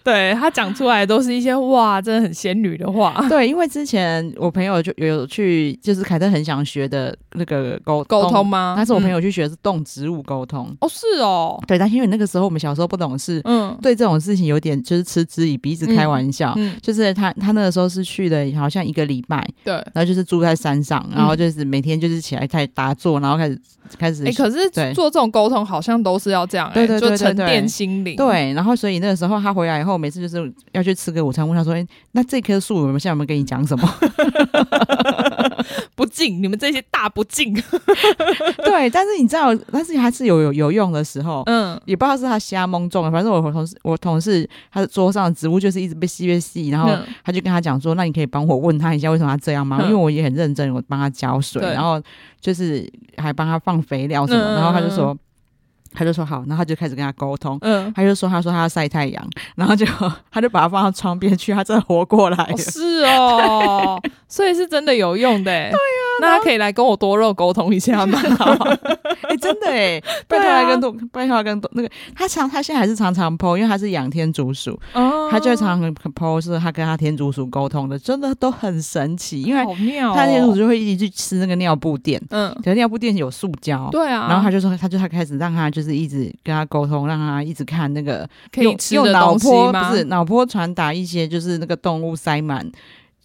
对他讲出来都是一些哇，真的很仙女的话。对，因为之前我朋友就有去，就是凯特很想学的那个沟沟通，吗？但是我朋友嗯去学的是动植物沟通。哦，是哦，对，但因为那个时候我们小时候不懂事，嗯，对这种事情有点就是嗤之以鼻，一直开玩笑。嗯，就是他，他那个时候是去了好像一个礼拜，对。然后就是住在山上，然后就是每天就是起来开始打坐，然后开始开始、嗯哎、可是对做这种沟通好像都是要这样、欸，对对对对就沉对淀心灵。对，然后所以那个时候他回来以后，每次就是要去吃个午餐，问他说：“哎、那这棵树我们现在有没有跟你讲什么 不敬，你们这些大不 敬。？”对，但是你知道，但是还是有有有用的时候。嗯，也不知道是他瞎蒙中了，反正我同事我同事他的桌上的植物就是一直被吸被吸，然后嗯他就跟他讲说，那你可以帮我问他一下为什么他这样吗？嗯因为我也很认真，我帮他浇水，对然后就是还帮他放肥料什么，嗯然后他就说，他就说好，然后他就开始跟他沟通。 嗯，他就说：“他说他要晒太阳，然后就他就把它放到窗边去，他真的活过来了。哦是 哦，所以是真的有用的、欸。对啊，那他可以来跟我多肉沟通一下吗？哎、真的哎，拜对啊托他跟多，拜托他跟多那个他常他现在还是常常 PO，因为他是养天竺鼠， 哦他就会常常 PO 是他跟他天竺鼠沟通的，真的都很神奇，因为好妙、哦，他天竺鼠就会一直去吃那个尿布垫，嗯，可是尿布垫有塑胶，对啊，然后他就说，他就他开始让他就是一直跟他沟通，让他一直看那个可以用吃用的脑东西波吗？不是脑波传达一些就是那个动物塞满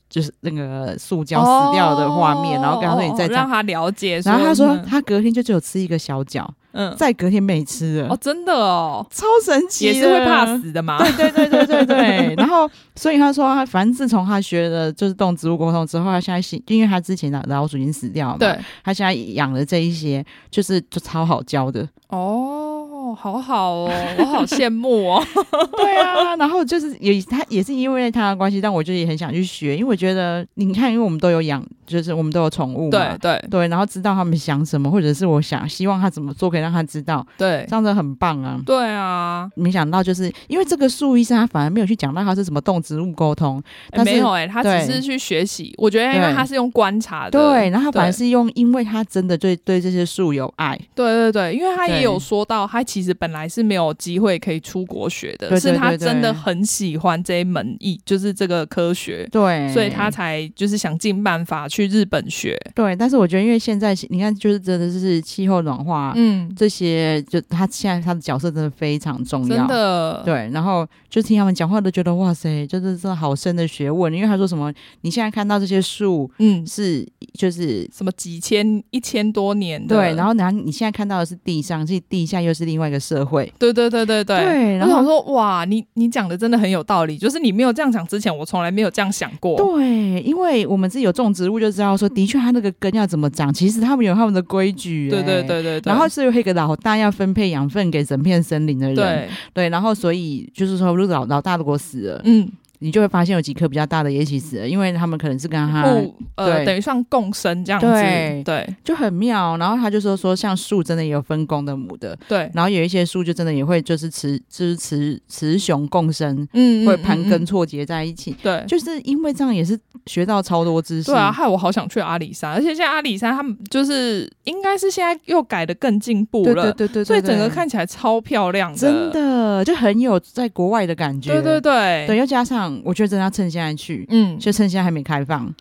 就是那个塑胶死掉的画面，哦然后跟他说你再哦这让样。他了解。然后他说，嗯他隔天就只有吃一个小角，嗯，再隔天没吃了，哦，真的哦，超神奇也的，是会怕死的嘛。啊对对对对对，然后所以他说他，反正自从他学了就是动植物沟通之后，他现在是因为他之前的老鼠已经死掉了嘛，， 对，他现在养了这一些，就是就超好教的，哦，好好哦，我好羡 慕哦。 对啊，然后就是也他也是因为他的关系，但我就也很想去学，因为我觉得你看，因为我们都有养，就是我们都有宠物嘛对。对对，然后知道他们想什么，或者是我想希望他怎么做，可以让他知道，对 这样子很棒啊！对啊，没想到就是因为这个树医生，他反而没有去讲到他是什么动植物沟通，诶但是没有哎，他对只是去学习。我觉得因为对他是用观察的，对，然后他反而呃对是用，因为他真的对对这些树有爱，对对对，因为他也对有说到，他其实本来是没有机会可以出国学的，对对是他对对真的很喜欢这一门艺，就是这个科学，对，所以他才就是想尽办法去日本学。对。但是我觉得，因为现在你看，就是真的是气候暖化、嗯，这些，就他现在他的角色真的非常重要真。的，对，然后就听他们讲话都觉得哇塞，就是真的好深的学问。因为他说什么，你现在看到这些树嗯，是就是什么几千一千多年的，对，然后后然后你现在看到的是地上，是地下又是另外一个社会。对对对对对。对，然我后想说，哇，你你讲的真的很有道理，就是你没有这样讲之前，我从来没有这样想过。对，因为我们自己有种植物就知道说，的确它那个根要怎么长，其实他们有他们的规矩、对对哎。对对对，然后是有一个老大要分配养分给整片森林的人，对，对然后所以就是说，如果老老大如果死了，嗯，你就会发现有几棵比较大的也一起死了，因为他们可能是跟他不，呃，嗯啊对等于算共生这样子，对对就很妙。然后他就说说，像树真的也有分公的母的，对，然后有一些树就真的也会就是雌就是雌雌雄共生，嗯，嗯会盘嗯嗯根错节在一起。对，就是因为这样也是学到超多知识。对啊，害我好想去阿里山，而且现在阿里山他们就是应该是现在又改的更进步对，了，对对对对对，所以整个看起来超漂亮真的就很有在国外的感觉。对对对对，，又加上我觉得真的要趁现在去，嗯，就趁现在还没开放，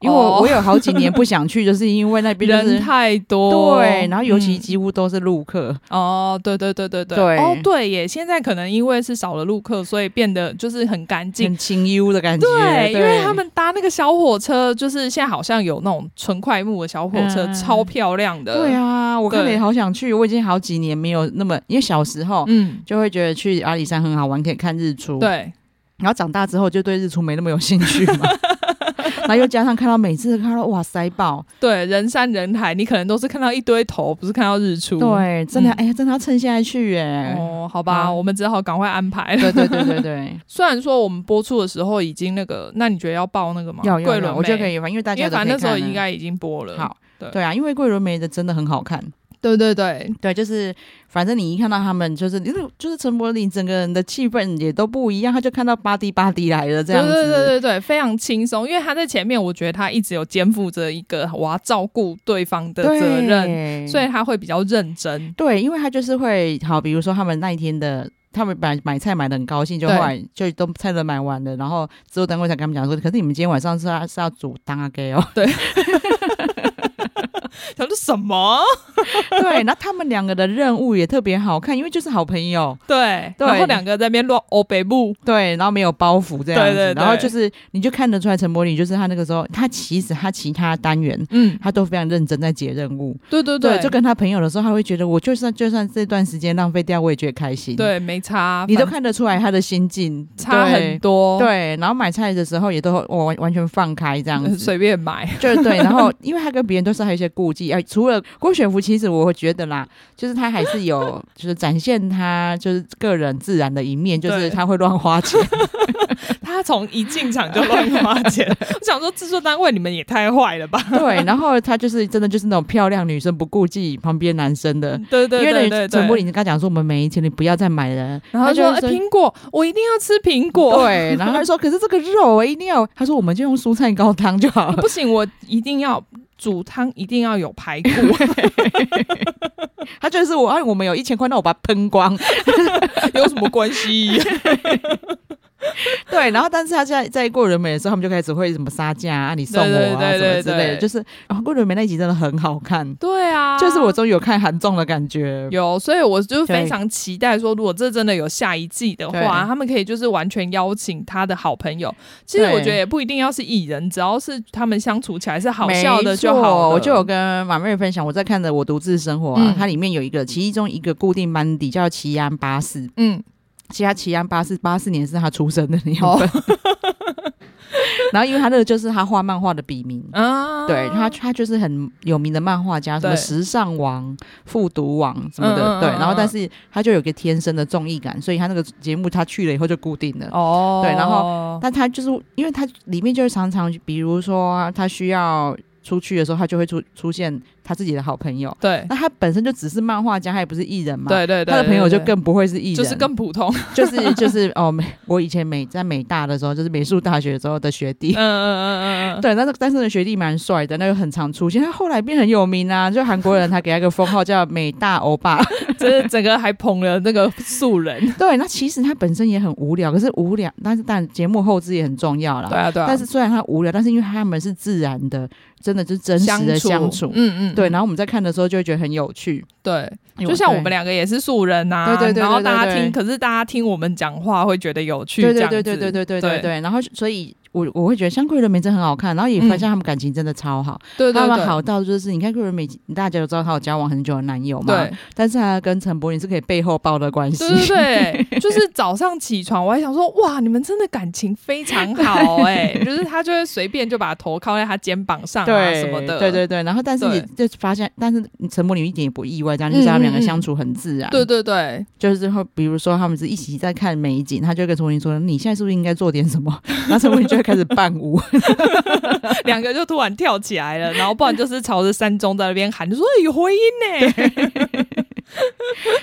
因为我哦我有好几年不想去，就是因为那边就人是。太多，对，然后尤其嗯几乎都是陆客，哦，对对对对对，对哦对耶，现在可能因为是少了路客，所以变得就是很干净。很清幽的感觉。对，对，因为他们搭那个小火车，就是现在好像有那种纯快木的小火车，嗯超漂亮的。对，啊，我看了对也好想去，我已经好几年没有那么，因为小时候嗯，就会觉得去阿里山很好玩，可以看日出。，对，然后长大之后就对日出没那么有兴趣 嘛。然后又加上看到每次看到哇塞爆，对，人山人海，你可能都是看到一堆头，不是看到日出。，对，真的嗯哎呀，真的要趁现在去耶。哦，好吧，好我们只好赶快安排了。对对对对 对，虽然说我们播出的时候已经那个，那你觉得要报那个吗？要要桂纶要，镁我觉得可，以吧，因为大因家为都可反以正那时候看啊应该已经播了。好对。对啊，因为桂纶镁的真的很好看，对对对，对，就是反正你一看到他们，就是就是就是陈柏霖整个人的气氛也都不一样，他就看到巴迪巴迪来了这样子，对对对对对，非常轻松，因为他在前面，我觉得他一直有肩负着一个我要照顾对方的责任，对所以他会比较认真。对，因为他就是会好，比如说他们那一天的。他们买买菜买的很高兴，就后对来就都菜都买完了，然后之后等会才跟他们讲说，可是你们今天晚上是要是要煮当阿给 哦，他说什么？对，那他们两个的任务也特别好看，因为就是好朋友，对，对然后两个在那边乱欧北部，对，然后没有包袱这样子，对对对然后就是你就看得出来陈柏霖就是他那个时候，他其实他其他单元嗯，他都非常认真在解任务，对对就跟他朋友的时候，他会觉得我就算就算这段时间浪费掉，我也觉得开心，，对没差，你都反看得出来他的心境差很多，对。对，然后买菜的时候也都我完完全放开这 样嗯，子，随 便买，就对。然后因为他跟别人都是还有一些顾忌，哎，除了郭雪芙，其实我觉得啦，就是他还是 有就是展现他就是个人自然的一面，就是对他会乱花 钱，他从一进场就乱花钱。 我想说，制作单位你们也太坏了吧？对。然后他就是真的就是那种漂亮女生不顾忌旁边男生的。嗯 对对对因为对陈柏对。霖跟他讲说我们没钱，你不要再买了。然后他就说会哎苹果，我一定要吃苹果。 对，然后他说可是这个肉我一定要，他说我们就用蔬菜高汤就 好了。 不行，我一定要煮汤，一定要有排骨。 他就是我，哎，我们有一千块，那我把它喷 光。有什么关系？ 对，然后但是他在在过人美的时候，他们就开始会什么杀价啊，你送我啊对对对对什么之类的，对就是啊、过人美那一集真的很好看，对啊，就是我终于有看韩综的感觉。有，所以我就对非常期待说，如果这真的有下一季的对话，他们可以就是完全邀请他的好朋友。其实我对觉得也不一定要是艺人，只要是他们相处起来是好没笑的就错好了。我就有跟马妹分享，我在看的《我独自生活》啊，嗯它里面有一个其中一个固定班底叫齐安八四，嗯，其他齐安八四八四年是他出生的年份，哦 然后因为他那个就是他画漫画的笔名，啊，对他，他就是很有名的漫画家，什么对时尚王、复读王什么的，嗯嗯嗯对。然后，嗯但是他就有个天生的综艺感，所以他那个节目他去了以后就固定了。哦，对然后但他就是因为他里面就是常常，比如说他需要出去的时候，他就会出出现他自己的好朋友。对那他本身就只是漫画家，他也不是艺人嘛。。对对对，他的朋友就对更不会是艺人，就是更普通， 嗯就是就是哦，美我以前美在美大的时候，就是美术大学的时候的学弟嗯，嗯嗯嗯嗯，对，但是但是呢，学弟蛮帅的，那就很常出现。他后来变很有名啊， 就韩国人，他给他一个封号叫“美大欧 巴这整个还捧了那个素 人，”。对，那其实他本身也很无聊，可是无聊，但是但节目后置也很重要啦。对啊对啊，但是虽然他无聊，但是因为他们是自然的，真的就是真实的相处。嗯嗯，对，嗯然后我们在看的时候就会觉得很有趣，对，因为就像我们两个也是素人呐、对对对对然后大对家对听，可是大家听我们讲话会觉得有趣，对这对样对子对对对对对对对，然后所以我我会觉得像桂纶镁真的很好看，然后也发现他们感情真的超好，嗯对对他们对好到就是你看桂纶镁，大家都知道她有交往很久的男友嘛，对但是他跟陈柏霖是可以背后抱的关系。对对 对，就是早上起床，我还想说，哇，你们真的感情非常好 哎、就是他就会随便就把头靠在他肩膀上啊什么 的，对对对，然后但是对你就发现，但是陈柏霖一点也不意外，这样嗯就是他们两个相处很自然。对对对，就是会比如说他们是一起在看美景，他就会跟陈柏霖说：“你现在是不是应该做点什么？” 然后陈柏霖就会开始伴舞。 两个就突然跳起来了，然后不然就是朝着山中在那边喊，就说、哎有回音呢、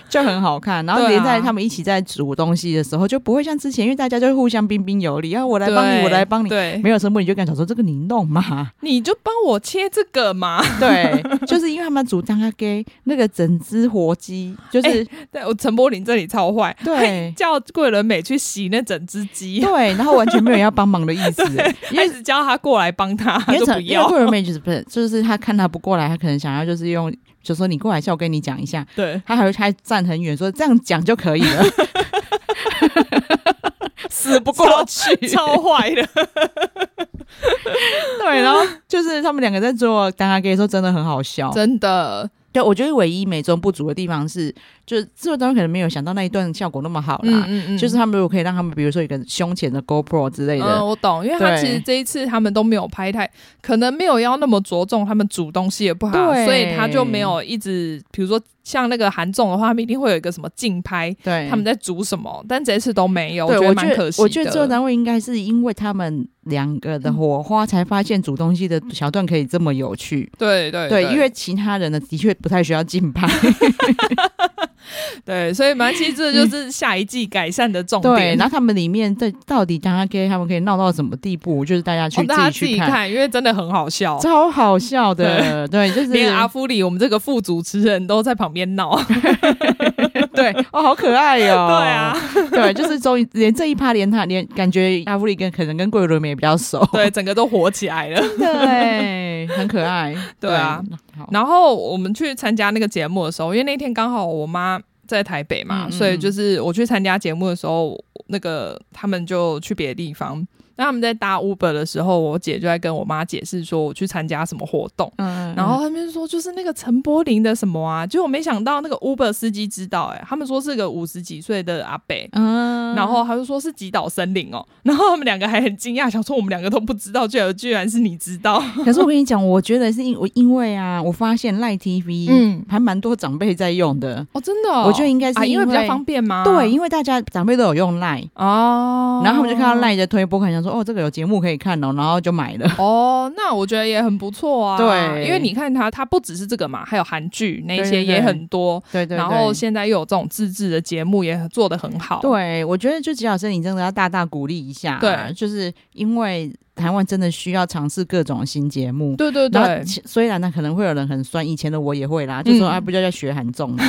就很好看，然后对啊连在他们一起在煮东西的时候，就不会像之前，因为大家就会互相彬彬有礼，啊，我来帮你，对我来帮你。对，没有陈柏霖就跟他讲说：“这个你弄 嘛。你就帮我切这个嘛。” 对，就是因为他们煮当阿给那个整只活鸡，就是、对，我陈柏霖这里超坏，对叫桂纶镁去洗那整只鸡， 对，然后完全没有人要帮忙的意 思，因他为一。直叫他过来帮他，他因为就不陈因为要。桂纶镁就是不是，就是他看他不过来，他可能想要就是用，就说你过来一下，我跟你讲一下。 对，他还会还站很远，说这样讲就可以了， 死不过去。 超坏的。 对，然后就是他们两个在做当阿 gay 的时候，真的很好笑。真的，对，我觉得唯一美中不足的地方是，就是制作单位可能没有想到那一段效果那么好啦。嗯嗯就是他们如果可以让他们，比如说一个胸前的 GoPro 之类的，嗯，我懂，因为他对其实这一次他们都没有拍太，可能没有要那么着重他们煮东西也不好，对所以他就没有一直，比如说像那个韩综的话，他们一定会有一个什么竞拍，对，他们在煮什么，但这一次都没有，对，觉得我蛮可惜的。嗯我觉得制作单位应该是因为他们两个的火花，才发现煮东西的小段可以这么有趣。对对对，因为其他人呢，的确不太需要竞 拍。对，所以蛮其实这就是下一季改善的重嗯对，点。然后他们里面在到底大家可以他们可以闹到什么地步，就是大家去、哦大家自自己己去看，看，因为真的很好笑。超好笑的。对，就是 连阿夫里我们这个副主持人都在旁边闹，对哦，好可爱哟、 对啊，对，就是终于连这一趴，连他连感觉阿弗里跟可能跟桂纶镁也比较熟，对，整个都火起来 了。对，很可爱，对啊，好，然后我们去参加那个节目的时候，因为那天刚好我妈在台北嘛，嗯嗯所以就是我去参加节目的时候，那个他们就去别的地方。那他们在搭 Uber 的时候，我姐就在跟我妈解释说我去参加什么活动，嗯然后他们就说就是那个陈柏霖的什么啊，结果没想到那个 Uber 司机知道、欸，哎，他们说是个五十几岁的阿伯，嗯然后他就说是极岛森林哦，然后他们两个还很惊讶，想说我们两个都不知道，居然居然是你知 道， 可是我跟你讲，我觉得是因我因为啊，我发现赖 TV 嗯还蛮多长辈在用的，哦，真的哦、我觉得应该是啊，因因为比较方便吗？对，因为大家长辈都有用赖。哦，然后他们就看到赖的推播，很想说哦，这个有节目可以看哦，然后就买了。哦，那我觉得也很不错啊。对因为你看它，它不只是这个嘛，还有韩剧那对对些对也很多。对对对。然后现在又有这种自制的节目，也做得很好。对，我觉得就吉老师，你真的要大大鼓励一下、对，就是因为台湾真的需要尝试各种新节目。对对然后对，其虽然呢，可能会有人很酸，以前的我也会啦，就说、嗯啊，不就在学韩综 嘛。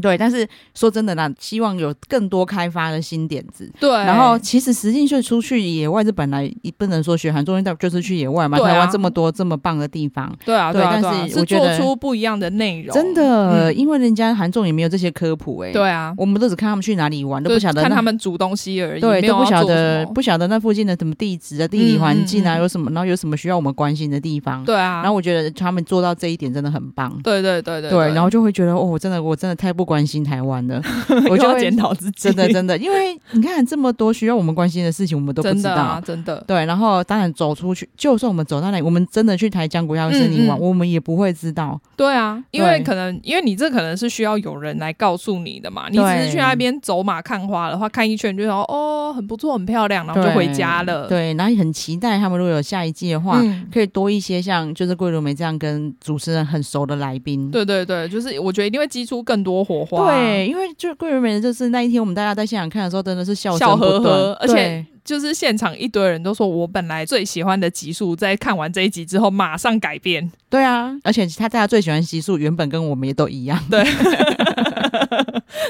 对，但是说真的啦，希望有更多开发的新点子。对。然后，其实实际就出去野外，这本来不能说学韩综，因为就是去野外嘛。对啊台湾这么多这么棒的地方，对啊，对啊，但对啊，是是我觉做得出不一样的内容，真的，嗯因为人家韩综也没有这些科普哎、欸对啊，我们都只看他们去哪里玩，都就不晓得看那他们煮东西而已，对，没都有不要晓做得什么不晓得那附近的什么地址啊、地理嗯环境啊，嗯嗯有什么，然后有什么需要我们关心的地方。、对啊，然后我觉得他们做到这一点真的很棒。对对对对然 后就会觉得哦，我真的我真的太不关心台湾了，我又就要会检讨自己，真的 真的，因为你看这么多需要我们关心的事情，我们都不真知的道。啊，真的，对，然后当然走出去，就算我们走到那里，我们真的去台江国家森林玩，嗯嗯我们也不会知道。对啊，因为对可能因为你这可能是需要有人来告诉你的嘛，你对只是去那边走马看花的话，看一圈就说哦很不错很漂亮，然后对就回家了。，对，然后也很期待他们如果有下一季的话，呃嗯，可以多一些像就是桂纶镁这样跟主持人很熟的来宾。对对对，就是我觉得一定会激出更多火花。对，，因为就桂纶镁就是那一天我们大家在现场看的时候，真的是笑笑声不呵断呵，而且对就是现场一堆人都说，我本来最喜欢的集数，在看完这一集之后马上改变。对啊，而且他大家最喜欢习素，原本跟我们也都一样，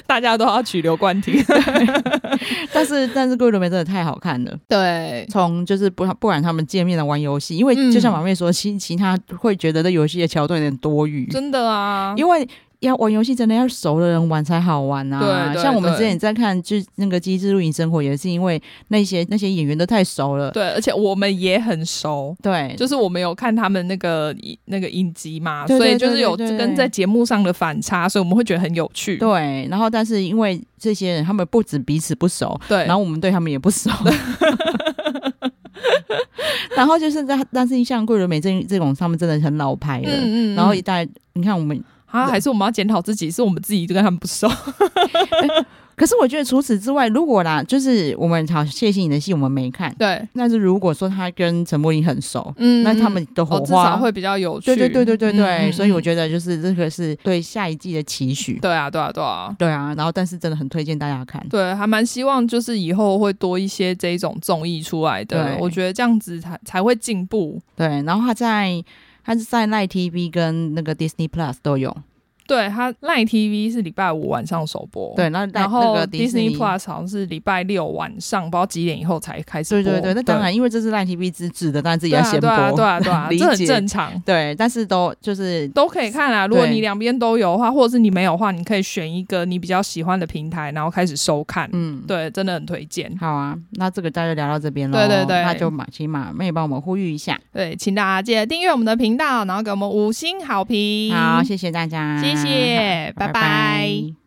大家都要取刘冠廷，但是但是桂纶镁真的太好看了。对从就是不不管他们见面的玩游戏，因为嗯就像马妹说，其其他会觉得这游戏的桥段有点多余，真的啊，因为要玩游戏真的要熟的人玩才好玩啊。对对像我们对之前在看就那个《机智露营生活》，也是因为那些那些演员都太熟了。对，而且我们也很熟，对，就是我们有看他们那个那个影集嘛，对对所以就是有对对对跟在节目上的反差，所以我们会觉得很有趣。对，然后但是因为这些人他们不止彼此不熟，对，然后我们对他们也不 熟。然后就是在，但是像桂纶镁这这种，他们真的很老牌了。嗯嗯嗯然后一代，你看我们，啊，还是我们要检讨自己，是我们自己就跟他们不熟。可是我觉得除此之外，如果啦，就是我们好谢谢你的戏，我们没看。对，但是如果说他跟陈柏霖很熟，嗯那他们的火哦，至花、少会比较有趣。对对对对对嗯对，嗯所以我得觉得就是这个是对下一季的期许。对啊，对啊，对啊。对啊，然后但是真的很推荐大家看。对，还蛮希望就是以后会多一些这一种综艺出来的，对我觉得这样子才才会进步。对，然后他在他是在赖 TV 跟那个 Disney Plus 都有。哦对，它 Line TV 是礼拜五晚上首播，，对，然后赖然那后个 Disney Plus 好像是礼拜六晚上，不知道几点以后才开始对播。对对，那当然，因为这是赖 TV 自制的，当然自己对要啊，先播。对啊，对啊，对 啊，理这很解正常，对但是都就是都可以看啊。如果对你两边都有的话，或者是你没有的话，你可以选一个你比较喜欢的平台，然后开始收看。嗯，对，真的很推荐。好啊，那这个大家就聊到这边喽。对对对那就马请马妹帮我们呼吁一下。对，请大家记得订阅我们的频道，然后给我们五星好评。好，谢谢大家，谢谢好拜拜拜